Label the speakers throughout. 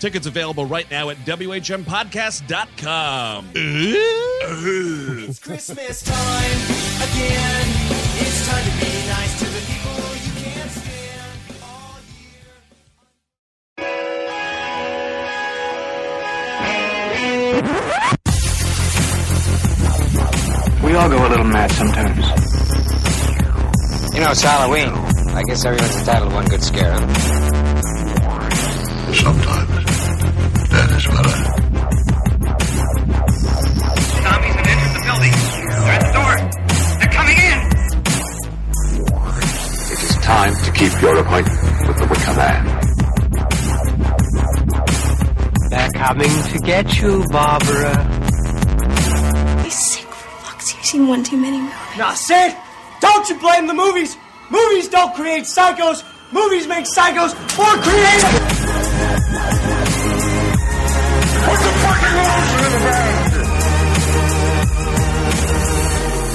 Speaker 1: Tickets available right now at WHMPodcast.com.
Speaker 2: It's Christmas time again. It's time to be nice to the people you can't stand all year.
Speaker 3: We all go a little mad sometimes. You know, it's Halloween. I guess everyone's entitled to one good scare, huh?
Speaker 4: Sometimes that is better.
Speaker 5: Zombies have entered the building. They're at the door. They're coming in.
Speaker 4: It is time to keep your appointment with the Wicker Man.
Speaker 3: They're coming to get you, Barbara.
Speaker 6: He's sick for fuck's sake. He's seen one too many movies.
Speaker 2: Now, Sid, don't you blame the movies. Movies don't create psychos. Movies make psychos more creative.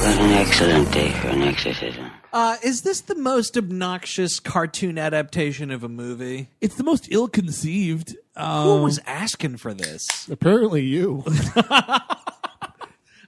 Speaker 7: An excellent day for an exorcism.
Speaker 8: Uh, is this the most obnoxious cartoon adaptation of a movie?
Speaker 9: It's the most ill-conceived. Um,
Speaker 8: Who was asking for this?
Speaker 10: Apparently, you.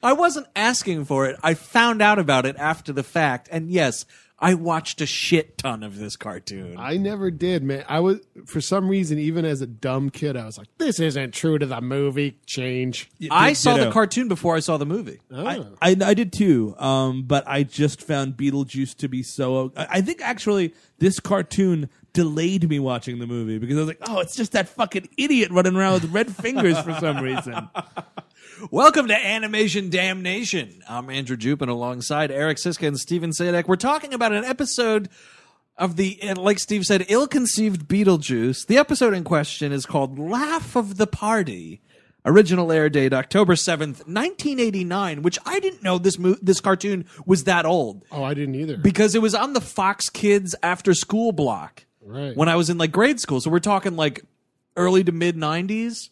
Speaker 8: I wasn't asking for it. I found out about it after the fact. And yes, I watched a shit ton of this cartoon.
Speaker 10: I never did, man. I was for some reason, even as a dumb kid, I was like, "This isn't true to the movie." Change.
Speaker 8: I saw the Oh.
Speaker 9: Ditto.
Speaker 8: cartoon before I saw the movie.
Speaker 9: I, I, I did too, um, but I just found Beetlejuice to be so. I, I think actually this cartoon delayed me watching the movie because I was like, oh, it's just that fucking idiot running around with red fingers for some reason.
Speaker 8: Welcome to Animation Damnation. I'm Andrew Jupin alongside Eric Siska and Steven Sadek. We're talking about an episode of the, and like Steve said, ill conceived Beetlejuice. The episode in question is called Laugh of the Party. Original air date October 7th, 1989, which I didn't know this mo- this cartoon was that old
Speaker 10: Oh, I didn't either.
Speaker 8: because it was on the Fox Kids after school block
Speaker 10: right.
Speaker 8: when I was in like grade school. So we're talking like early to mid '90s,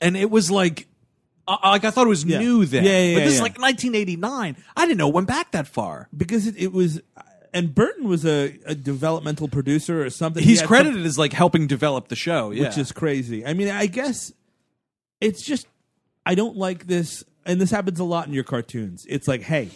Speaker 8: and it was like, uh, like I thought it was
Speaker 9: Yeah.
Speaker 8: new then.
Speaker 9: Yeah, yeah,
Speaker 8: but this is
Speaker 9: yeah.
Speaker 8: like 1989. I didn't know it went back that far.
Speaker 9: because it, it was, and Burton was a, a developmental producer or something. He
Speaker 8: He's
Speaker 9: had some-
Speaker 8: credited as like helping develop the show, yeah.
Speaker 9: which is crazy. I mean, I guess it's just I don't like this, and this happens a lot in your cartoons. It's like, hey,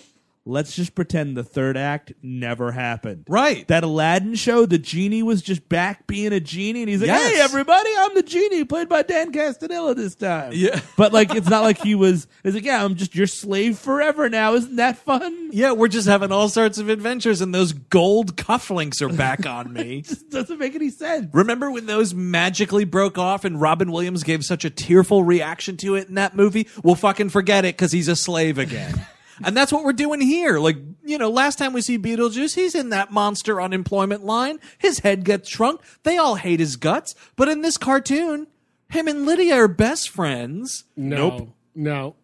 Speaker 9: let's just pretend the third act never happened.
Speaker 8: Right.
Speaker 9: That Aladdin show, the genie was just back being a genie, and he's like,
Speaker 8: Yes.
Speaker 9: hey, everybody, I'm the genie, played by Dan Castanella this time.
Speaker 8: Yeah.
Speaker 9: but like, it's not like he was. It's like, yeah, I'm just your slave forever now. Isn't that fun?
Speaker 8: yeah, we're just having all sorts of adventures, and those gold cufflinks are back on me.
Speaker 9: It doesn't make any sense.
Speaker 8: Remember when those magically broke off and Robin Williams gave such a tearful reaction to it in that movie? We'll fucking forget it because he's a slave again. and that's what we're doing here. Like, you know, last time we see Beetlejuice, he's in that monster unemployment line. His head gets shrunk. They all hate his guts. But in this cartoon, him and Lydia are best friends.
Speaker 10: no, nope. No.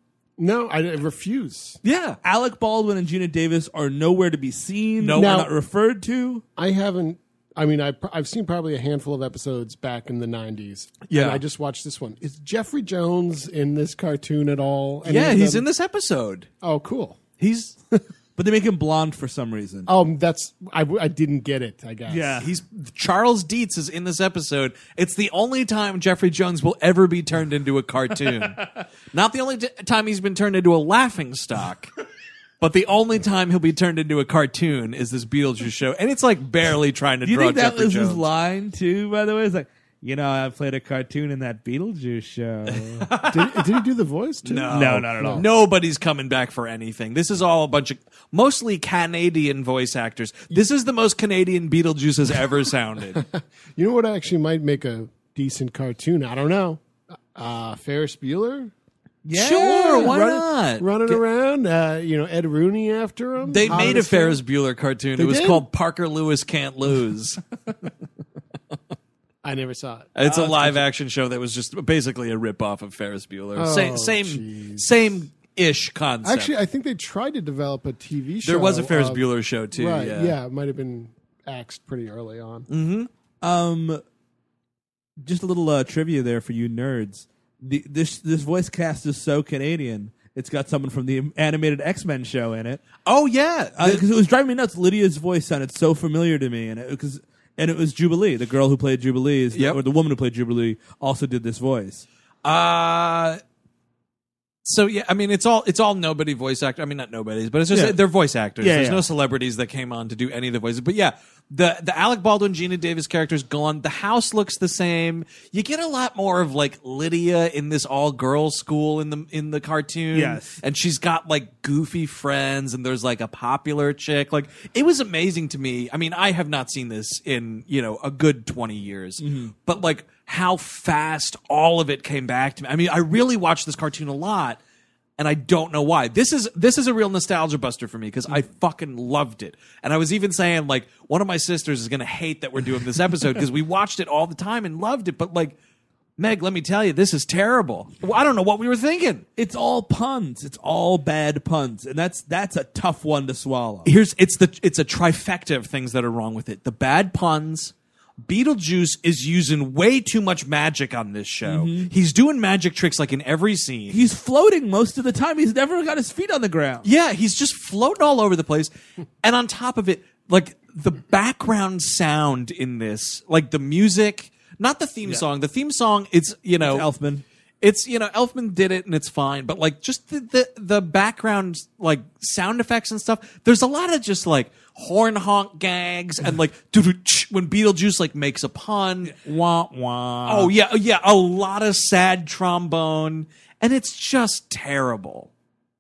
Speaker 10: No, I I refuse.
Speaker 8: Yeah.
Speaker 9: Alec Baldwin and Gina Davis are nowhere to be seen. No,
Speaker 10: Now-
Speaker 9: not referred to.
Speaker 10: I haven't. I mean, I, I've seen probably a handful of episodes back in the '90s.
Speaker 8: Yeah.
Speaker 10: and I just watched this one. Is Jeffrey Jones in this cartoon at all? Any
Speaker 8: Yeah,
Speaker 10: of
Speaker 8: he's
Speaker 10: them?
Speaker 8: in this episode.
Speaker 10: Oh, cool.
Speaker 8: He's
Speaker 9: But they make him blonde for some reason.
Speaker 10: Um, that's I, w- I didn't get it. I guess.
Speaker 9: Yeah.
Speaker 8: Oh, he's Charles Dietz is in this episode. It's the only time Jeffrey Jones will ever be turned into a cartoon. Not the only t- time he's been turned into a laughing stock. But the only time he'll be turned into a cartoon is this Beetlejuice show, and it's like barely trying to
Speaker 9: Do you
Speaker 8: draw
Speaker 9: think that
Speaker 8: Jeffrey
Speaker 9: was
Speaker 8: Jones.
Speaker 9: his line too? By the way, it's like you know I played a cartoon in that Beetlejuice show.
Speaker 10: Did, did he do the voice too?
Speaker 8: No,
Speaker 9: No, not at all.
Speaker 8: Nobody's coming back for anything. This is all a bunch of mostly Canadian voice actors. This is the most Canadian Beetlejuice has ever sounded.
Speaker 10: You know what? Actually, might make a decent cartoon. I don't know. Uh, Ferris Bueller
Speaker 9: yeah,
Speaker 8: sure, why
Speaker 10: running,
Speaker 8: not?
Speaker 10: running around. Uh, you know, Ed Rooney after him.
Speaker 8: They
Speaker 10: Hot
Speaker 8: made a
Speaker 10: as hell.
Speaker 8: Ferris Bueller cartoon. it was
Speaker 10: did?
Speaker 8: called Parker Lewis Can't Lose.
Speaker 10: I never saw it.
Speaker 8: it's a live action show that was just basically a rip off of Ferris Bueller.
Speaker 10: Oh,
Speaker 8: Sa- same
Speaker 10: jeez.
Speaker 8: same ish concept.
Speaker 10: Actually, I think they tried to develop a TV show.
Speaker 8: there was a Ferris
Speaker 10: of-
Speaker 8: Bueller show too.
Speaker 10: Right.
Speaker 8: yeah. Mm,
Speaker 10: it might have been axed pretty early on.
Speaker 9: Um, just a little uh, trivia there for you nerds. The, this this voice cast is so Canadian. It's got someone from the animated X Men show in it.
Speaker 8: Oh yeah. Uh,
Speaker 9: because it was driving me nuts. Lydia's voice sounded so familiar to me, and because and it was Jubilee, the girl who played Jubilee, is
Speaker 8: Yep.
Speaker 9: or the woman who played Jubilee, also did this voice.
Speaker 8: uh, so yeah, I mean it's all it's all nobody voice actor. I mean not nobody's, but it's just
Speaker 9: Yeah.
Speaker 8: they're voice actors.
Speaker 9: Yeah,
Speaker 8: There's
Speaker 9: yeah.
Speaker 8: no celebrities that came on to do any of the voices. But yeah, the the Alec Baldwin Gina Davis character's gone. The house looks the same. You get a lot more of like Lydia in this all girls school in the in the cartoon.
Speaker 9: Yes.
Speaker 8: and she's got like goofy friends, and there's like a popular chick. Like it was amazing to me. I mean, I have not seen this in you know a good twenty years,
Speaker 9: Mm-hmm.
Speaker 8: but like how fast all of it came back to me. I mean, I really watched this cartoon a lot and I don't know why. This is this is a real nostalgia buster for me because I
Speaker 9: Mm-hmm.
Speaker 8: fucking loved it. And I was even saying like one of my sisters is gonna hate that we're doing this episode because we watched it all the time and loved it. But like, Meg, let me tell you, this is terrible. Well, I don't know what we were thinking.
Speaker 9: It's all puns. It's all bad puns, and that's that's a tough one to swallow.
Speaker 8: Here's it's the it's a trifecta of things that are wrong with it. The bad puns. Beetlejuice is using way too much magic on this show. He's doing magic tricks like in every scene.
Speaker 9: Mm-hmm. He's floating most of the time. He's never got his feet on the ground.
Speaker 8: Yeah, he's just floating all over the place. And on top of it, like the background sound in this, like the music, not the theme song. The theme song, it's you know
Speaker 9: Elfman.
Speaker 8: It's you know Elfman did it and it's fine, but like just the, the the background like sound effects and stuff. There's a lot of just like horn honk gags and like when Beetlejuice like makes a pun.
Speaker 9: Wah wah.
Speaker 8: Oh yeah, yeah, a lot of sad trombone, and it's just terrible.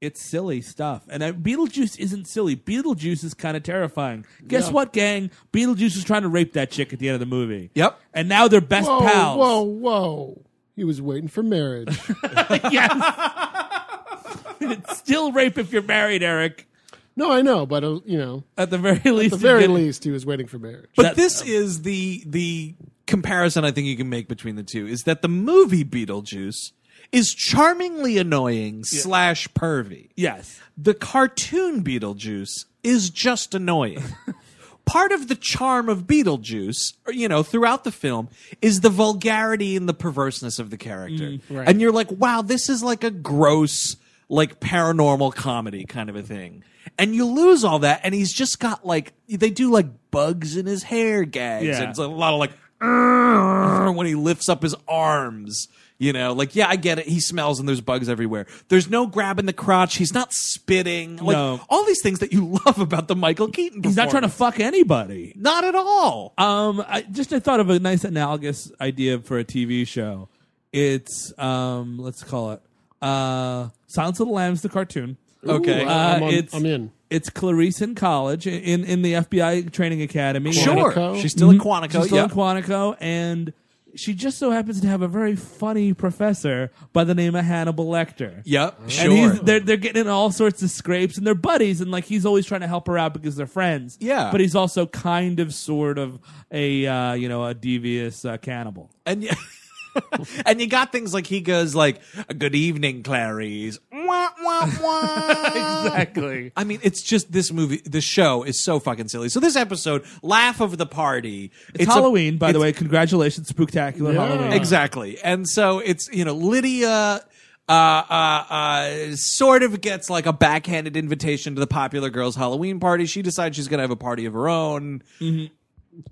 Speaker 9: it's silly stuff. And uh, Beetlejuice isn't silly. Beetlejuice is kind of terrifying. Guess what, gang? Beetlejuice was trying to rape that chick at the end of the movie.
Speaker 8: Yep.
Speaker 9: And now they're best
Speaker 10: Whoa,
Speaker 9: pals.
Speaker 10: Oh, whoa, whoa. He was waiting for marriage.
Speaker 9: Still rape if you're married, Eric.
Speaker 10: no, I know, but, uh, you know, at
Speaker 9: At the very least.
Speaker 10: the
Speaker 9: you
Speaker 10: very
Speaker 9: get-
Speaker 10: least, he was waiting for marriage.
Speaker 8: But
Speaker 9: um,
Speaker 8: this is the the comparison I think you can make between the two is that the movie Beetlejuice is charmingly annoying slash pervy.
Speaker 9: Yes.
Speaker 8: The cartoon Beetlejuice is just annoying. Part of the charm of Beetlejuice, or, you know, throughout the film, is the vulgarity and the perverseness of the character.
Speaker 9: Mm,
Speaker 8: And you're like, wow, this is like a gross, like paranormal comedy kind of a thing. And you lose all that, and he's just got like they do like bugs in his hair gags,
Speaker 9: Yeah.
Speaker 8: and it's a lot of like "Arr," when he lifts up his arms. You know, like yeah, I get it. He smells and there's bugs everywhere. There's no grabbing the crotch. He's not spitting. Like
Speaker 9: No.
Speaker 8: all these things that you love about the Michael Keaton.
Speaker 9: He's not trying to
Speaker 8: performance.
Speaker 9: fuck anybody.
Speaker 8: Not at all.
Speaker 9: Um, I just I thought of a nice analogous idea for a TV show. It's um, let's call it uh, Silence of the Lambs, the cartoon.
Speaker 8: okay.
Speaker 10: Ooh,
Speaker 9: Uh,
Speaker 10: I'm, on-
Speaker 9: it's-
Speaker 10: I'm in.
Speaker 9: It's Clarice in college in in the FBI training academy.
Speaker 8: sure.
Speaker 10: Quantico.
Speaker 8: She's still in Quantico.
Speaker 9: Mm-hmm. She's still
Speaker 8: yeah.
Speaker 9: in Quantico, and she just so happens to have a very funny professor by the name of Hannibal Lecter.
Speaker 8: Yep.
Speaker 9: And
Speaker 8: Sure.
Speaker 9: he's, they're they're getting in all sorts of scrapes, and they're buddies, and like he's always trying to help her out because they're friends.
Speaker 8: Yeah.
Speaker 9: but he's also kind of sort of a uh, you know a devious uh, cannibal.
Speaker 8: and you, and you got things like he goes like, "Good evening, Clarice." Wah, wah,
Speaker 9: exactly.
Speaker 8: I mean, it's just this movie, this show is so fucking silly. So this episode, laugh of the party.
Speaker 9: It's,
Speaker 8: a-
Speaker 9: Halloween, by the
Speaker 8: it's-
Speaker 9: way. Congratulations, Spooktacular
Speaker 10: Yeah.
Speaker 9: Halloween.
Speaker 8: Exactly. And so it's, you know, Lydia uh, uh, uh, sort of gets like a backhanded invitation to the popular girls' Halloween party. She decides she's going to have a party of her own.
Speaker 9: Mm-hmm.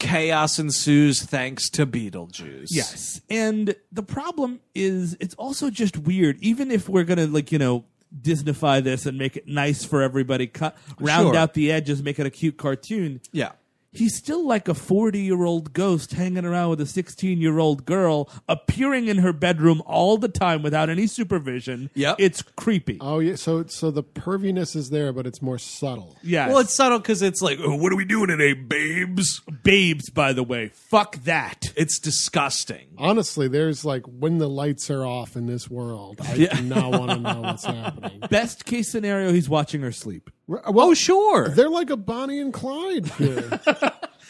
Speaker 8: Chaos ensues thanks to Beetlejuice.
Speaker 9: Yes. And the problem is it's also just weird. Even if we're going to like, you know, Disneyfy this and make it nice for everybody, cut round
Speaker 8: Sure.
Speaker 9: out the edges, make it a cute cartoon.
Speaker 8: Yeah.
Speaker 9: He's still like a 40 year old ghost hanging around with a 16 year old girl, appearing in her bedroom all the time without any supervision.
Speaker 8: Yep.
Speaker 9: It's creepy.
Speaker 10: Oh yeah, so so the perviness is there, but it's more subtle.
Speaker 9: yes.
Speaker 8: Well, it's subtle because it's like, "Oh, what are we doing today, babes?
Speaker 9: babes, by the way. Fuck that.
Speaker 8: It's disgusting.
Speaker 10: Honestly, there's like when the lights are off in this world, I do not want to know what's happening.
Speaker 9: Best case scenario, he's watching her sleep.
Speaker 10: Well,
Speaker 8: Oh, sure.
Speaker 10: They're like a Bonnie and Clyde. Here.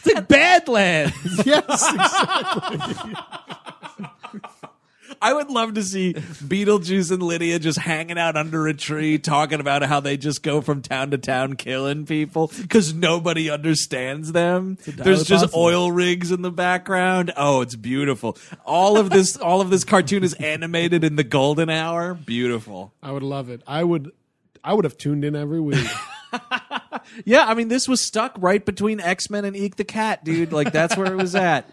Speaker 9: It's like Badlands.
Speaker 10: yes, exactly.
Speaker 8: I would love to see Beetlejuice and Lydia just hanging out under a tree talking about how they just go from town to town killing people because nobody understands them. There's just
Speaker 9: possible.
Speaker 8: oil rigs in the background. Oh, it's beautiful. All of this all of this cartoon is animated in the golden hour. Beautiful.
Speaker 10: I would love it. I would, I would have tuned in every week.
Speaker 8: Yeah, I mean, this was stuck right between X Men and Eek the Cat, dude. Like that's where it was at.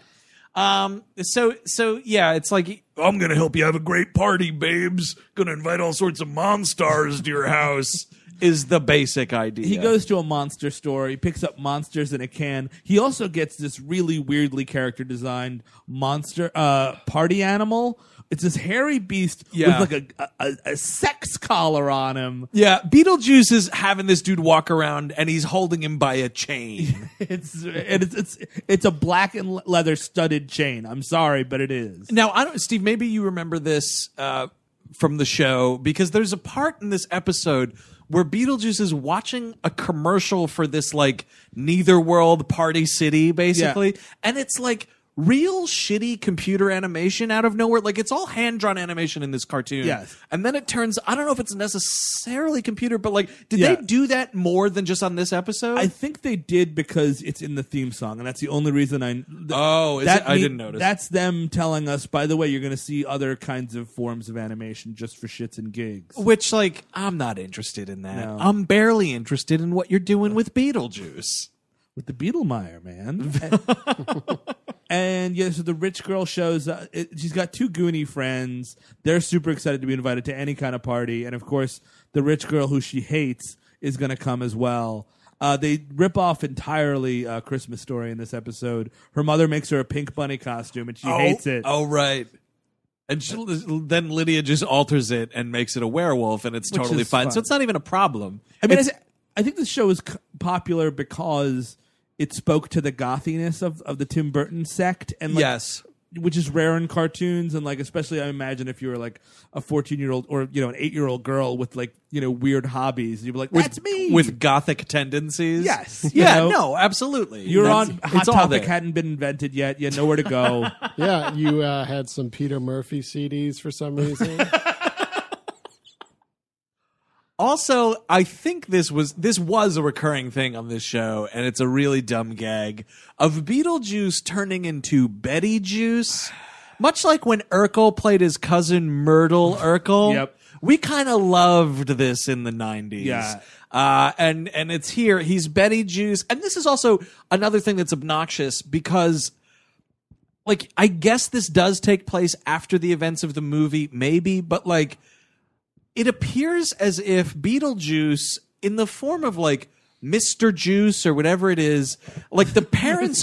Speaker 8: Um. So so yeah, it's like um, I'm gonna help you have a great party, babes. Gonna invite all sorts of monstars to your house. Is the basic idea.
Speaker 9: He goes to a monster store. He picks up monsters in a can. He also gets this really weirdly character designed monster uh, party animal. It's this hairy beast
Speaker 8: Yeah.
Speaker 9: with like a, a a sex collar on him.
Speaker 8: Yeah, Beetlejuice is having this dude walk around, and he's holding him by a chain.
Speaker 9: It's and it's it's it's a black and le- leather studded chain. I'm sorry, but it is.
Speaker 8: now, I don't, Steve. Maybe you remember this uh, from the show because there's a part in this episode where Beetlejuice is watching a commercial for this like Neither World Party City, basically, and it's like real shitty computer animation out of nowhere. Like it's all hand drawn animation in this cartoon.
Speaker 9: Yes.
Speaker 8: and then it turns. I don't know if it's necessarily computer, but like, did
Speaker 9: Yeah.
Speaker 8: they do that more than just on this episode?
Speaker 9: I think they did because it's in the theme song, and that's the only reason I. th-
Speaker 8: Oh, is it? I
Speaker 9: mean-
Speaker 8: didn't notice.
Speaker 9: That's them telling us. By the way, you're going to see other kinds of forms of animation just for shits and gigs.
Speaker 8: Which, like, I'm not interested in that.
Speaker 9: No.
Speaker 8: I'm barely interested in what you're doing with Beetlejuice.
Speaker 9: with the Beetlemeyer man. and yeah, so the rich girl shows. Uh, it, she's got two Goonie friends. They're super excited to be invited to any kind of party, and of course, the rich girl who she hates is going to come as well. Uh, they rip off entirely uh, Christmas Story in this episode. Her mother makes her a pink bunny costume, and she hates it.
Speaker 8: Oh, right. And she, then Lydia just alters it and makes it a werewolf, and it's
Speaker 9: Which
Speaker 8: totally
Speaker 9: is
Speaker 8: fine.
Speaker 9: fun.
Speaker 8: So it's not even a problem.
Speaker 9: I mean, I,
Speaker 8: It's-
Speaker 9: thi- I think this show is c- popular because it spoke to the gothiness of, of the Tim Burton sect, and like,
Speaker 8: yes.
Speaker 9: which is rare in cartoons and like especially i imagine if you were like a 14 year old or you know an 8 year old girl with like you know weird hobbies you'd be like that's me
Speaker 8: With gothic tendencies.
Speaker 9: Yes, you
Speaker 8: Yeah,
Speaker 9: know.
Speaker 8: no, absolutely.
Speaker 9: you're
Speaker 8: That's-
Speaker 9: on hot
Speaker 8: it's all
Speaker 9: topic
Speaker 8: there.
Speaker 9: hadn't been invented yet you know where to go
Speaker 10: yeah, you uh, had some Peter Murphy CDs for some reason.
Speaker 8: Also, I think this was this was a recurring thing on this show, and it's a really dumb gag of Beetlejuice turning into Betty Juice, much like when Urkel played his cousin Myrtle Urkel.
Speaker 9: Yep.
Speaker 8: We kind of loved this in the '90s.
Speaker 9: Yeah.
Speaker 8: Uh, and and it's here. He's Betty Juice, and this is also another thing that's obnoxious because like I guess this does take place after the events of the movie, maybe, but like it appears as if Beetlejuice, in the form of like Mr. Juice or whatever it is, like the parents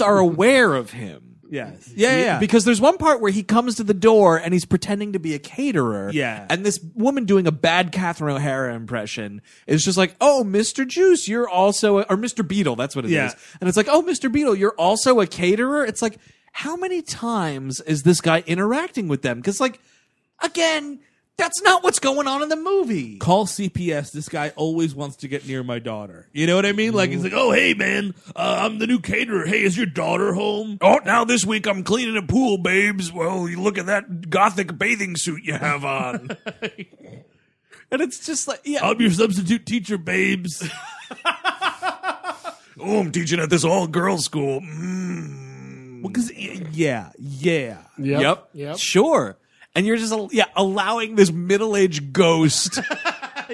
Speaker 8: are aware of him.
Speaker 9: yes yeah yeah, yeah.
Speaker 8: Because there's one part where he comes to the door and he's pretending to be a caterer.
Speaker 9: Yeah.
Speaker 8: And this woman doing a bad Catherine O'Hara impression is just like, oh, Mr. Juice, you're also, a, or Mr. Beetle, that's what it is.
Speaker 9: Yeah.
Speaker 8: And it's like, oh, Mr. Beetle, you're also a caterer. It's like, how many times is this guy interacting with them? Because, like, again, that's not what's going on in the movie.
Speaker 9: call cps this guy always wants to get near my daughter you know what i mean like he's like oh hey man uh, i'm the new caterer hey is your daughter home
Speaker 8: Oh, now this week I'm cleaning a pool, babes. Well, you look at that gothic bathing suit you have on. and it's just like yeah,
Speaker 9: I'm your substitute teacher, babes.
Speaker 8: oh, I'm teaching at this all girls school. Mm.
Speaker 9: Because yeah, yeah.
Speaker 10: Yep.
Speaker 8: Yep.
Speaker 10: Yep.
Speaker 8: Sure. And you're just al- yeah allowing this middle aged ghost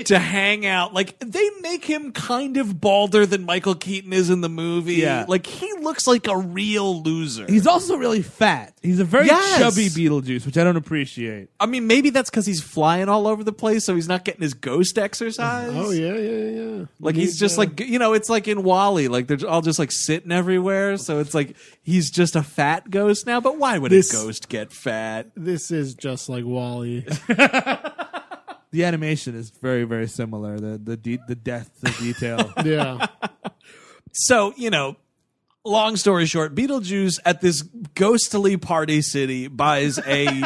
Speaker 8: to hang out. Like they make him kind of balder than Michael Keaton is in the movie.
Speaker 9: Yeah.
Speaker 8: Like he looks like a real loser.
Speaker 9: He's also really fat. He's a very
Speaker 8: Yes.
Speaker 9: chubby Beetlejuice, which I don't appreciate.
Speaker 8: I mean, maybe that's because he's flying all over the place, so he's not getting his ghost exercise.
Speaker 10: Oh yeah, uh, yeah, yeah.
Speaker 8: Like he's just like you know, it's like in Wally, like they're all just like sitting everywhere. So it's like he's just a fat ghost now. But why would
Speaker 10: This-
Speaker 8: a ghost get fat?
Speaker 10: This is just like Wally.
Speaker 9: The animation is very, very similar. The the de- the depth of detail.
Speaker 10: yeah.
Speaker 8: So, you know, long story short, Beetlejuice at this ghostly party city buys a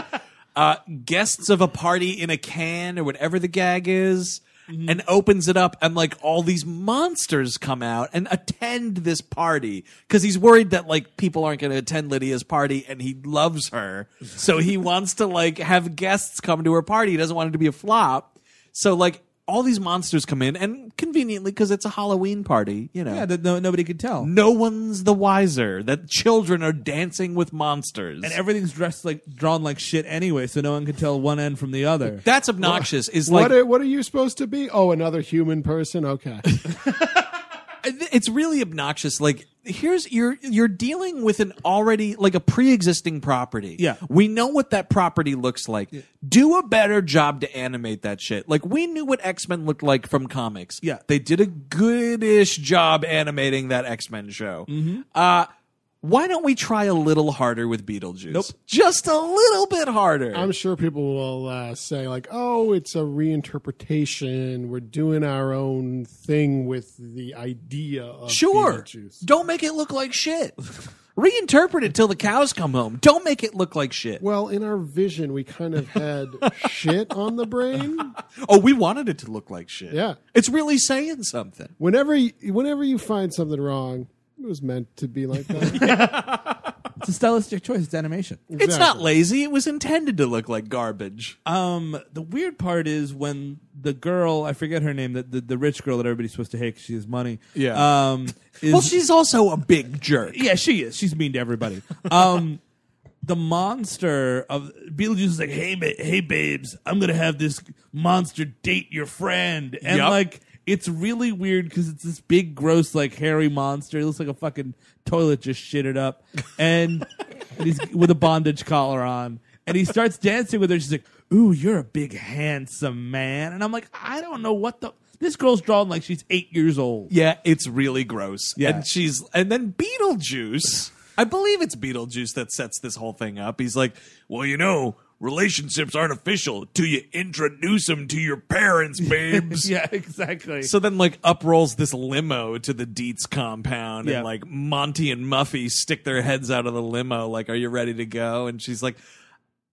Speaker 8: uh, guests of a party in a can or whatever the gag is. And opens it up, and like all these monsters come out and attend this party because he's worried that like people aren't going to attend Lydia's party, and he loves her, so he wants to like have guests come to her party. He doesn't want it to be a flop, so like all these monsters come in, and conveniently because it's a Halloween party, you know,
Speaker 9: yeah, that no, nobody could tell.
Speaker 8: no one's the wiser that children are dancing with monsters.
Speaker 9: And everything's dressed like drawn like shit anyway, so no one could tell one end from the other.
Speaker 8: That's obnoxious. Is
Speaker 10: what
Speaker 8: like
Speaker 10: are, what are you supposed to be? Oh, another human person. Okay.
Speaker 8: it's really obnoxious. Like here's you're you're dealing with an already like a pre-existing property.
Speaker 9: Yeah.
Speaker 8: we know what that property looks like. Do a better job to animate that shit. Like we knew what X Men looked like from comics.
Speaker 9: Yeah.
Speaker 8: they did a goodish job animating that X Men show.
Speaker 9: Mm-hmm.
Speaker 8: Uh why don't we try a little harder with Beetlejuice?
Speaker 9: Nope. Uh,
Speaker 8: Just a little bit harder.
Speaker 10: I'm sure people will uh, say like, "Oh, it's a reinterpretation. We're doing our own thing with the idea of
Speaker 8: Sure.
Speaker 10: Beetlejuice."
Speaker 8: Don't make it look like shit. Reinterpret it till the cows come home. Don't make it look like shit.
Speaker 10: Well, in our vision, we kind of had shit on the brain.
Speaker 8: Oh, we wanted it to look like shit.
Speaker 10: Yeah.
Speaker 8: It's really saying something.
Speaker 10: Whenever, you, whenever you find something wrong, it was meant to be like that.
Speaker 9: It's a stylistic choice. It's animation.
Speaker 8: It's not lazy. It was intended to look like garbage.
Speaker 9: Um, the weird part is when the girl I forget her name, the the, the rich girl that everybody's supposed to hate 'cause she has money.
Speaker 8: Yeah.
Speaker 9: Um, is,
Speaker 8: well, she's also a big jerk.
Speaker 9: Yeah, she is. She's mean to everybody. Um, the monster of Beetlejuice is like, hey, ba- hey, babes, I'm gonna have this monster date your friend, and
Speaker 8: Yup.
Speaker 9: like, it's really weird because it's this big, gross, like hairy monster. It looks like a fucking toilet just shitted up, and, and he's with a bondage collar on, and he starts dancing with her. She's like, ooh, you're a big handsome man, and I'm like, I don't know what the. This girl's drawn like she's eight years old.
Speaker 8: Yeah, it's really gross.
Speaker 9: Yeah.
Speaker 8: And she's and then Beetlejuice. I believe it's Beetlejuice that sets this whole thing up. He's like, "Well, you know, relationships aren't official till you introduce them to your parents, babes."
Speaker 9: Yeah, exactly.
Speaker 8: So then, like, up rolls this limo to the Dietz compound,
Speaker 9: Yeah.
Speaker 8: and like Monty and Muffy stick their heads out of the limo, like, "Are you ready to go?" And she's like,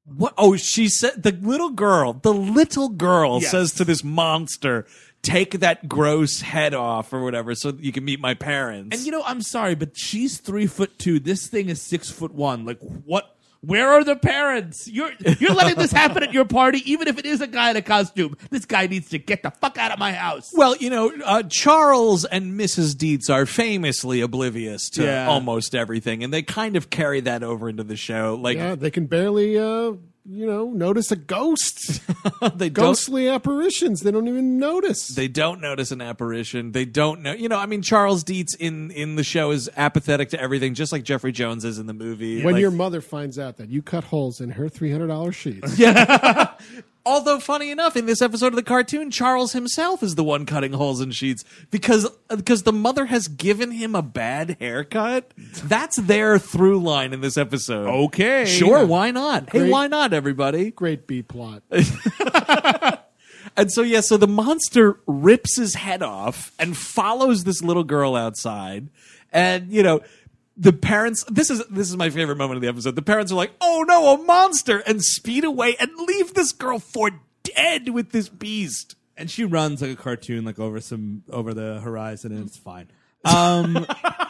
Speaker 8: "What?" Oh, she said the little girl, the little girl
Speaker 9: Yes.
Speaker 8: says to this monster, "Take that gross head off, or whatever, so that you can meet my parents."
Speaker 9: And you know, I'm sorry, but she's three foot two. This thing is six foot one. Like what? Where are the parents? You're you're letting this happen at your party, even if it is a guy in a costume. This guy needs to get the fuck out of my house.
Speaker 8: well, you know, uh, Charles and Mrs. Dietz are famously oblivious to
Speaker 9: Yeah.
Speaker 8: almost everything, and they kind of carry that over into the show. Like,
Speaker 10: Yeah, they can barely, uh, you know, notice a ghost.
Speaker 8: they don't
Speaker 10: Ghostly apparitions. They don't even notice.
Speaker 8: They don't notice an apparition. They don't know. You know, I mean, Charles Dietz in in the show is apathetic to everything, just like Jeffrey Jones is in the movie.
Speaker 10: when
Speaker 8: Like-
Speaker 10: your mother finds out that you cut holes in her three hundred dollars sheets,
Speaker 8: although funny enough, in this episode of the cartoon, Charles himself is the one cutting holes in sheets because because the mother has given him a bad haircut. That's their through line in this episode.
Speaker 9: Okay.
Speaker 8: sure, why not? Hey,
Speaker 10: Great.
Speaker 8: why not, everybody?
Speaker 10: great B plot.
Speaker 8: And so yeah, so the monster rips his head off and follows this little girl outside. And you know, the parents this is this is my favorite moment of the episode. The parents are like, "Oh no, a monster!" and speed away and leave this girl for dead with this beast.
Speaker 9: And she runs like a cartoon, like over some over the horizon, and it's fine. Um,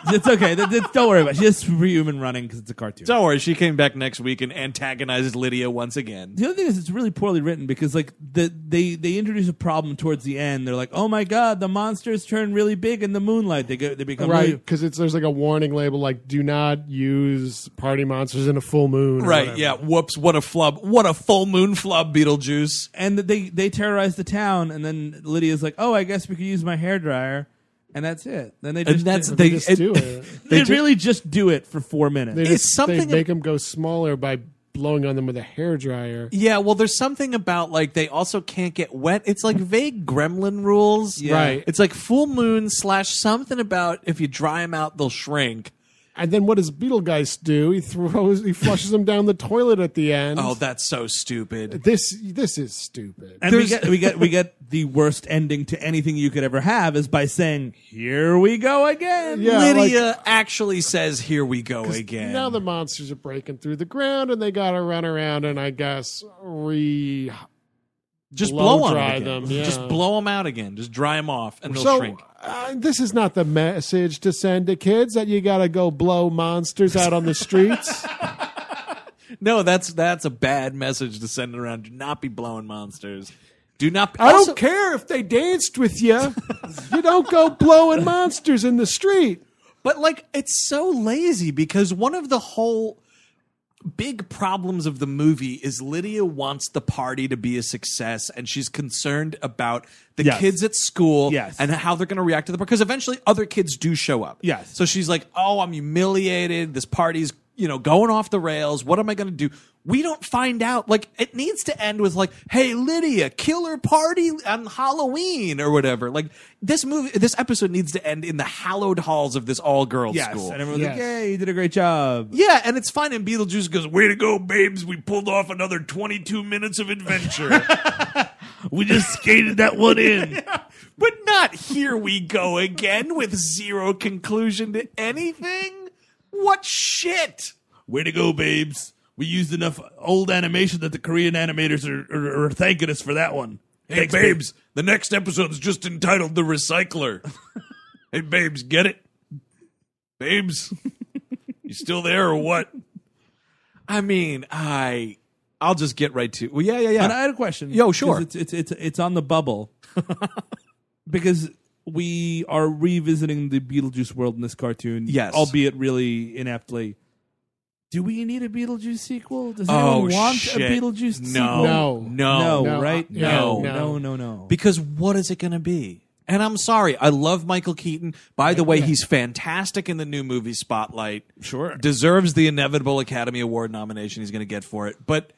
Speaker 9: it's okay. That- that- don't worry about it. She's just superhuman running because it's a cartoon.
Speaker 1: Don't worry, she came back next week and antagonized Lydia once again.
Speaker 9: the other thing is it's really poorly written because like the, they they introduce a problem towards the end. They're like, oh my god, the monsters turn really big in the moonlight. They go, they become
Speaker 10: Right,
Speaker 9: really-
Speaker 10: because it's there's like a warning label like "Do not use party monsters in a full moon." or
Speaker 1: Right,
Speaker 10: whatever.
Speaker 1: yeah. Whoops, what a flub. What a full moon flub, Beetlejuice.
Speaker 9: and they they terrorize the town. And then Lydia's like, oh, I guess we could use my hairdryer. And that's it. Then they just
Speaker 1: that's-
Speaker 9: they,
Speaker 1: they-
Speaker 10: Just
Speaker 1: It-
Speaker 10: do it.
Speaker 9: they really just do it for four minutes.
Speaker 10: They
Speaker 1: It's
Speaker 10: just
Speaker 1: something-
Speaker 10: they make them go smaller by blowing on them with a hair dryer.
Speaker 1: Yeah, well, there's something about like they also can't get wet. It's like vague gremlin rules.
Speaker 9: Yeah.
Speaker 10: Right.
Speaker 1: It's like full moon slash something about if you dry them out, they'll shrink.
Speaker 10: And then what does Beetlegeist do? He throws, he flushes them down the toilet at the end.
Speaker 1: Oh, that's so stupid.
Speaker 10: this this is stupid.
Speaker 9: And we
Speaker 1: There's-
Speaker 9: get, we get we get the worst ending to anything you could ever have is by saying, "Here we go again."
Speaker 10: Yeah,
Speaker 1: Lydia actually says, Here we go again.
Speaker 10: Now the monsters are breaking through the ground, and they gotta run around and I guess re.
Speaker 1: Just blow,
Speaker 10: blow
Speaker 1: on 'em
Speaker 10: dry
Speaker 1: again.
Speaker 10: them, yeah.
Speaker 1: Just blow them out again. Just dry them off and they'll
Speaker 10: So
Speaker 1: shrink.
Speaker 10: uh, this is not the message to send to kids that you gotta go blow monsters out on the streets.
Speaker 1: No, that's that's a bad message to send around. Do not be blowing monsters. Do not.
Speaker 10: I
Speaker 1: also-
Speaker 10: don't care if they danced with you. you don't go blowing monsters in the street.
Speaker 1: But like, it's so lazy because one of the whole big problems of the movie is Lydia wants the party to be a success, and she's concerned about the
Speaker 9: Yes.
Speaker 1: kids at school
Speaker 9: Yes.
Speaker 1: and how they're going to react to the because eventually other kids do show up.
Speaker 9: Yes.
Speaker 1: So she's like, "Oh, I'm humiliated. This party's." You know, going off the rails. What am I going to do? We don't find out. Like, it needs to end with like, "Hey, Lydia, killer party on Halloween or whatever." Like, this movie, this episode needs to end in the hallowed halls of this all-girls
Speaker 9: Yes,
Speaker 1: school.
Speaker 9: and everyone's like,
Speaker 10: Yes.
Speaker 9: "Yay, you did a great job."
Speaker 1: Yeah, and it's fine. And Beetlejuice goes, "Way to go, babes! We pulled off another twenty-two minutes of adventure."
Speaker 9: We just skated that one in.
Speaker 1: but not here we go again with zero conclusion to anything. What shit?
Speaker 9: Way to go, babes! We used enough old animation that the Korean animators are are, are thanking us for that one.
Speaker 1: Hey, babes, the next episode's just entitled "The Recycler." hey, babes, get it? Babes, you still there or what? I mean, I, I'll just get right to. Well, yeah, yeah, yeah.
Speaker 9: And I had a question.
Speaker 1: Yo, sure.
Speaker 9: 'Cause It's it's it's it's on the bubble because we are revisiting the Beetlejuice world in this cartoon.
Speaker 1: Yes.
Speaker 9: albeit really ineptly. Do we need a Beetlejuice sequel? Does anyone want a Beetlejuice sequel?
Speaker 10: No.
Speaker 1: Oh, no,
Speaker 9: no,
Speaker 10: No.
Speaker 9: right?
Speaker 10: Yeah,
Speaker 9: no, no,
Speaker 10: no.
Speaker 9: no, no.
Speaker 1: Because what is it going to be? And I'm sorry, I love Michael Keaton. By the way, he's fantastic in the new movie Spotlight.
Speaker 9: Sure.
Speaker 1: Deserves the inevitable Academy Award nomination he's going to get for it. But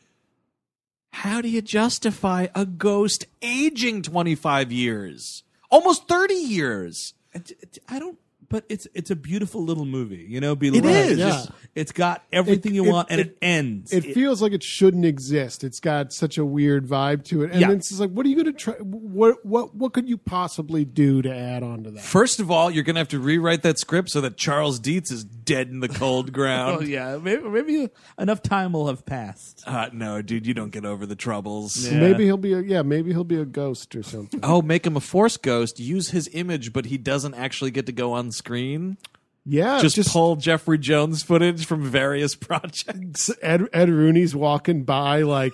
Speaker 1: how do you justify a ghost aging 25 years? Almost 30 years.
Speaker 9: It- it- I don't. But it's it's a beautiful little movie, you know. Beetlejuice.
Speaker 1: is.
Speaker 9: It's- It's got everything
Speaker 10: It-
Speaker 9: you
Speaker 10: it-
Speaker 9: want, and it,
Speaker 10: it-
Speaker 9: ends.
Speaker 10: It feels like it shouldn't exist. It's got such a weird vibe to it, and
Speaker 9: Yeah.
Speaker 10: then it's just like, what are you going to try? What what what could you possibly do to add on to that?
Speaker 1: First of all, you're going to have to rewrite that script so that Charles Dietz is dead in the cold ground.
Speaker 9: oh yeah, maybe, maybe enough time will have passed.
Speaker 1: Uh, no, dude, you don't get over the troubles.
Speaker 10: Maybe he'll be a yeah. Maybe he'll be a ghost or something.
Speaker 1: Oh, make him a force ghost, use his image, but he doesn't actually get to go on screen.
Speaker 10: Yeah,
Speaker 1: Just, pull Jeffrey Jones footage from various projects.
Speaker 10: Ed, Ed Rooney's walking by like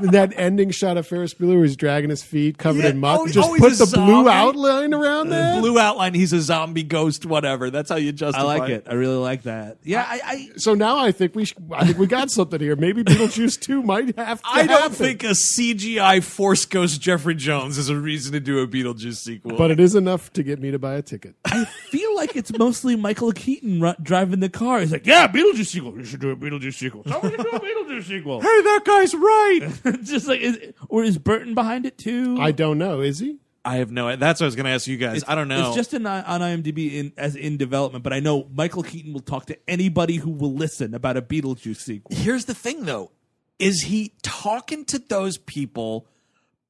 Speaker 10: that ending shot of Ferris Bueller where he's dragging his feet covered
Speaker 1: Yeah,
Speaker 10: in muck.
Speaker 1: oh,
Speaker 10: just
Speaker 1: oh, he's
Speaker 10: put
Speaker 1: a
Speaker 10: the blue
Speaker 1: zombie.
Speaker 10: outline around that.
Speaker 1: Blue outline, he's a zombie ghost, whatever. That's how you justify
Speaker 9: I like it. I really like that. Yeah, I, I
Speaker 10: So now I think we sh- I think we got something here. Maybe Beetlejuice two might have. To
Speaker 1: I don't
Speaker 10: happen.
Speaker 1: think a CGI force ghost Jeffrey Jones is a reason to do a Beetlejuice sequel.
Speaker 10: but it is enough to get me to buy a ticket.
Speaker 9: I feel like it's mostly Michael Keaton ru- driving the car. He's like, "Yeah, Beetlejuice sequel. You should do a Beetlejuice sequel. Someone should do a Beetlejuice sequel."
Speaker 1: hey, that guy's right.
Speaker 9: Just like, is, or is Burton behind it too?
Speaker 10: I don't know. Is he?
Speaker 1: I have no. That's what I was going to ask you guys. I don't know.
Speaker 9: It's just in, on IMDb in, as in development, but I know Michael Keaton will talk to anybody who will listen about a Beetlejuice sequel.
Speaker 1: Here's the thing, though: is he talking to those people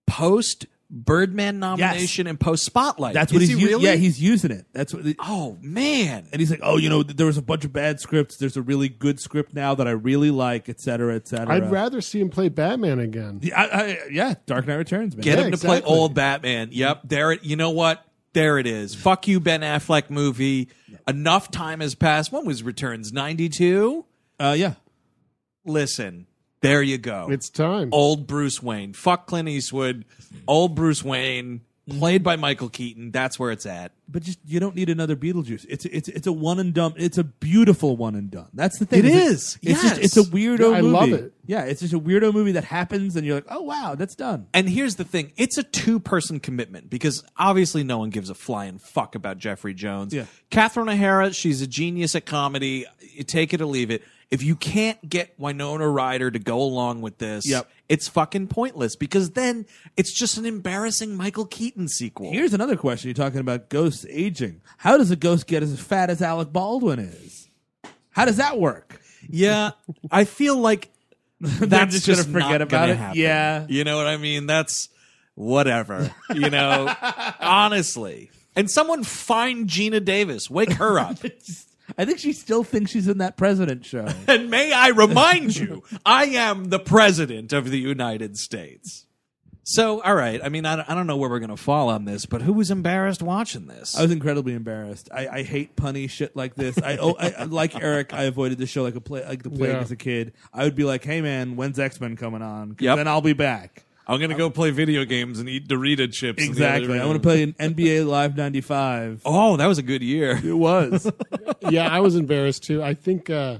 Speaker 1: post Birdman nomination and post Spotlight?
Speaker 9: That's what
Speaker 1: Is
Speaker 9: he's
Speaker 1: he
Speaker 9: u-
Speaker 1: really?
Speaker 9: yeah he's using it. That's what.
Speaker 1: Oh man!
Speaker 9: and he's like, "Oh, you know, th- there was a bunch of bad scripts. There's a really good script now that I really like, et cetera, et cetera."
Speaker 10: I'd rather see him play Batman again.
Speaker 9: Yeah, I, I, yeah, Dark Knight Returns, man.
Speaker 1: Get
Speaker 10: Yeah,
Speaker 1: him to play
Speaker 10: exactly.
Speaker 1: old Batman. Yep. There. it- You know what? There it is. Fuck you, Ben Affleck movie. Enough time has passed. When was Returns? 92?
Speaker 9: Uh, yeah.
Speaker 1: Listen, there you go.
Speaker 10: It's time.
Speaker 1: old Bruce Wayne. Fuck Clint Eastwood. Old Bruce Wayne, played by Michael Keaton. That's where it's at.
Speaker 9: But just you don't need another Beetlejuice. It's it's it's a one and done. It's a beautiful one and done. That's the thing.
Speaker 1: It
Speaker 9: It's-
Speaker 1: is. Yes.
Speaker 9: It's just, it's a weirdo.
Speaker 10: Yeah, I
Speaker 9: movie.
Speaker 10: love it.
Speaker 9: Yeah, it's just a weirdo movie that happens, and you're like, oh wow, that's done.
Speaker 1: And here's the thing it's a two person commitment because obviously no one gives a flying fuck about Jeffrey Jones.
Speaker 9: Yeah.
Speaker 1: Catherine O'Hara, she's a genius at comedy. You take it or leave it. If you can't get Winona Ryder to go along with this,
Speaker 9: Yep.
Speaker 1: it's fucking pointless because then it's just an embarrassing Michael Keaton sequel.
Speaker 9: Here's another question. You're talking about ghosts aging. How does a ghost get as fat as Alec Baldwin is? How does that work?
Speaker 1: yeah, I feel like that's
Speaker 9: just
Speaker 1: just,
Speaker 9: gonna
Speaker 1: not
Speaker 9: forget about
Speaker 1: gonna
Speaker 9: it?
Speaker 1: happen.
Speaker 9: Yeah.
Speaker 1: you know what I mean. That's whatever. You know, honestly. And someone find Gina Davis, wake her up.
Speaker 9: I think she still thinks she's in that president show.
Speaker 1: and may I remind you, I am the president of the United States. So, all right. I mean, I don't, I don't know where we're going to fall on this, but who was embarrassed watching this?
Speaker 9: I was incredibly embarrassed. I, I hate punny shit like this. I, oh, I like Eric. I avoided the show like a play, like the plague
Speaker 10: Yeah.
Speaker 9: as a kid. I would be like, "Hey man, when's X Men coming on? 'Cause
Speaker 1: Yep.
Speaker 9: Then I'll be back."
Speaker 1: I'm going to go play video games and eat Dorita chips. in the other
Speaker 9: Exactly. I
Speaker 1: room.
Speaker 9: want to play an NBA Live '95.
Speaker 1: Oh, that was a good year.
Speaker 9: It was.
Speaker 10: yeah, I was embarrassed too. I think uh,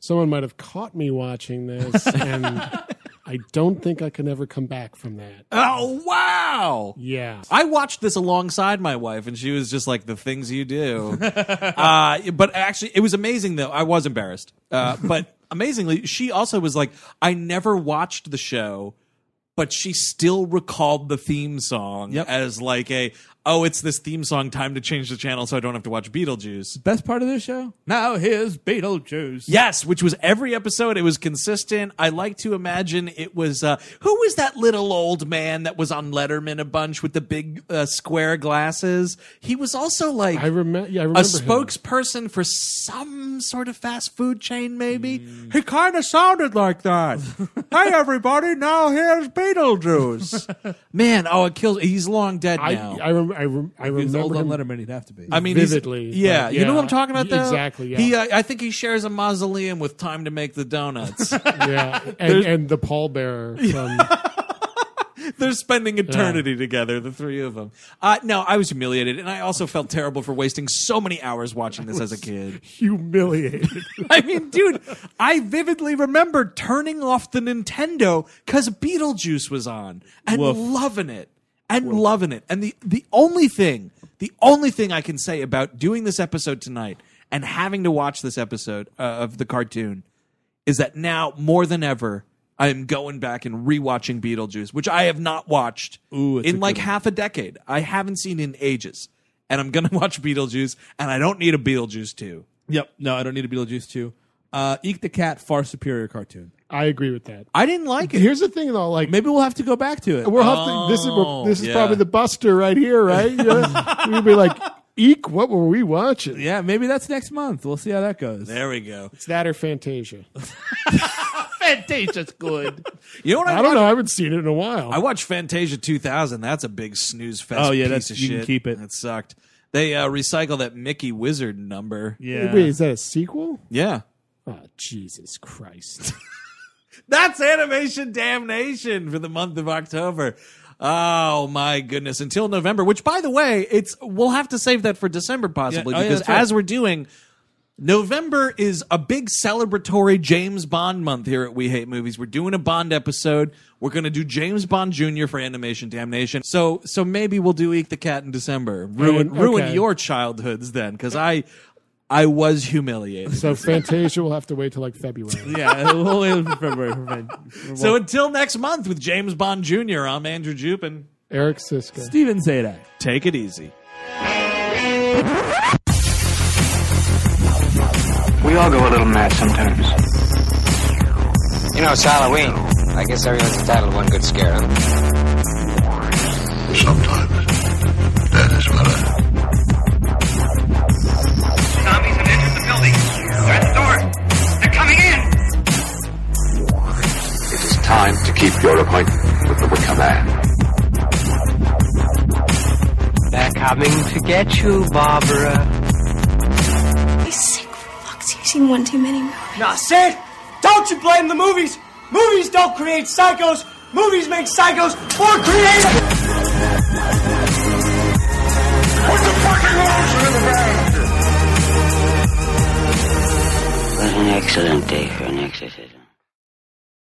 Speaker 10: someone might have caught me watching this, and I don't think I can ever come back from that.
Speaker 1: Oh, wow.
Speaker 10: Yeah.
Speaker 1: I watched this alongside my wife, and she was just like, "The things you do." uh, but actually, it was amazing though. I was embarrassed, uh, but amazingly, she also was like, "I never watched the show." But she still recalled the theme song
Speaker 9: Yep.
Speaker 1: as like a oh it's this theme song time to change the channel so I don't have to watch Beetlejuice.
Speaker 9: Best part of this show. Now here's Beetlejuice.
Speaker 1: Yes, which was every episode. It was consistent. I like to imagine it was uh, who was that little old man that was on Letterman a bunch with the big uh, square glasses? He was also like
Speaker 10: I remember. Yeah, I remember
Speaker 1: a
Speaker 10: him.
Speaker 1: spokesperson for some sort of fast food chain, maybe. Mm. He kind of sounded like that. hey, everybody! Now here's Beetlejuice. man, oh, it kills. He's long dead
Speaker 10: I
Speaker 1: now.
Speaker 10: I, rem- I, rem- I
Speaker 9: If he was old
Speaker 10: remember
Speaker 9: on
Speaker 10: him.
Speaker 9: Letterman, he'd have to be.
Speaker 1: I mean, he's-
Speaker 10: vividly,
Speaker 1: Yeah,
Speaker 10: but
Speaker 1: you know what
Speaker 10: yeah,
Speaker 1: I'm talking about. Though?
Speaker 10: exactly, yeah.
Speaker 1: He, uh, I think he shares a mausoleum with Time to Make the Donuts.
Speaker 10: Yeah, and, and the pallbearer from
Speaker 1: They're spending eternity together, the three of them. Uh, no, I was humiliated, and I also felt terrible for wasting so many hours watching this as a kid.
Speaker 10: humiliated.
Speaker 1: I mean, dude, I vividly remember turning off the Nintendo because Beetlejuice was on and
Speaker 9: Woof.
Speaker 1: loving it and loving it. And the, the only thing, the only thing I can say about doing this episode tonight and having to watch this episode uh, of the cartoon is that now more than ever, I am going back and rewatching Beetlejuice, which I have not watched
Speaker 9: Ooh, it's a
Speaker 1: in
Speaker 9: good
Speaker 1: like
Speaker 9: one.
Speaker 1: half a decade. I haven't seen in ages. And I'm going to watch Beetlejuice, and I don't need a Beetlejuice 2.
Speaker 9: Yep. No, I don't need a Beetlejuice too. Uh, Eek the Cat, far superior cartoon.
Speaker 10: I agree with that.
Speaker 1: I didn't like it.
Speaker 10: Here's the thing, though. Like
Speaker 9: Maybe we'll have to go back to it. Uh,
Speaker 10: we'll have to. This is we're, this is
Speaker 1: Oh, yeah.
Speaker 10: probably the Buster right here, right? Yeah. We'd be like, "Eek, what were we watching?"
Speaker 9: yeah, maybe that's next month. We'll see how that goes.
Speaker 1: There we go.
Speaker 10: It's that or Fantasia.
Speaker 9: Fantasia's good.
Speaker 1: You know what I,
Speaker 10: I
Speaker 1: watch?
Speaker 10: don't know. I haven't seen it in a while.
Speaker 1: I watched Fantasia 2000. That's a big snooze fest.
Speaker 9: Oh, yeah,
Speaker 1: piece
Speaker 9: that's-
Speaker 1: of
Speaker 9: you can
Speaker 1: shit.
Speaker 9: keep it.
Speaker 1: That sucked. They uh, recycle that Mickey Wizard number.
Speaker 9: Yeah.
Speaker 10: Wait, is that a sequel?
Speaker 1: Yeah.
Speaker 10: Oh, Jesus Christ.
Speaker 1: That's animation damnation for the month of October. Oh my goodness! Until November, which by the way, it's we'll have to save that for December possibly
Speaker 9: Yeah. Oh, yeah,
Speaker 1: because
Speaker 9: that's right.
Speaker 1: as we're doing, November is a big celebratory James Bond month here at We Hate Movies. We're doing a Bond episode. We're gonna do James Bond Jr. for Animation Damnation. So so maybe we'll do Eek the Cat in December. Ruin
Speaker 10: And-
Speaker 1: ruin
Speaker 10: okay.
Speaker 1: your childhoods then, because I I was humiliated.
Speaker 10: so Fantasia will have to wait till like February.
Speaker 9: yeah, we'll wait for February. For Fan- for
Speaker 1: So until next month with James Bond Jr., I'm Andrew Jupin.
Speaker 10: Eric Siska.
Speaker 9: Steven Zadak.
Speaker 1: Take it easy.
Speaker 3: We all go a little mad sometimes.
Speaker 11: You know, it's Halloween. I guess everyone's entitled to one good scare, huh?
Speaker 3: Sometimes that is better.
Speaker 12: Zombies have entered the building. They're at the door. They're coming in.
Speaker 3: It is time to keep your appointment with the Wicker Man.
Speaker 11: That
Speaker 3: They're coming to get you, Barbara.
Speaker 6: These sick fucks using one too many movies.
Speaker 2: Now, Sid, don't you blame the movies. Movies don't create psychos. Movies make psychos more creative.
Speaker 7: What an excellent day for an exorcism.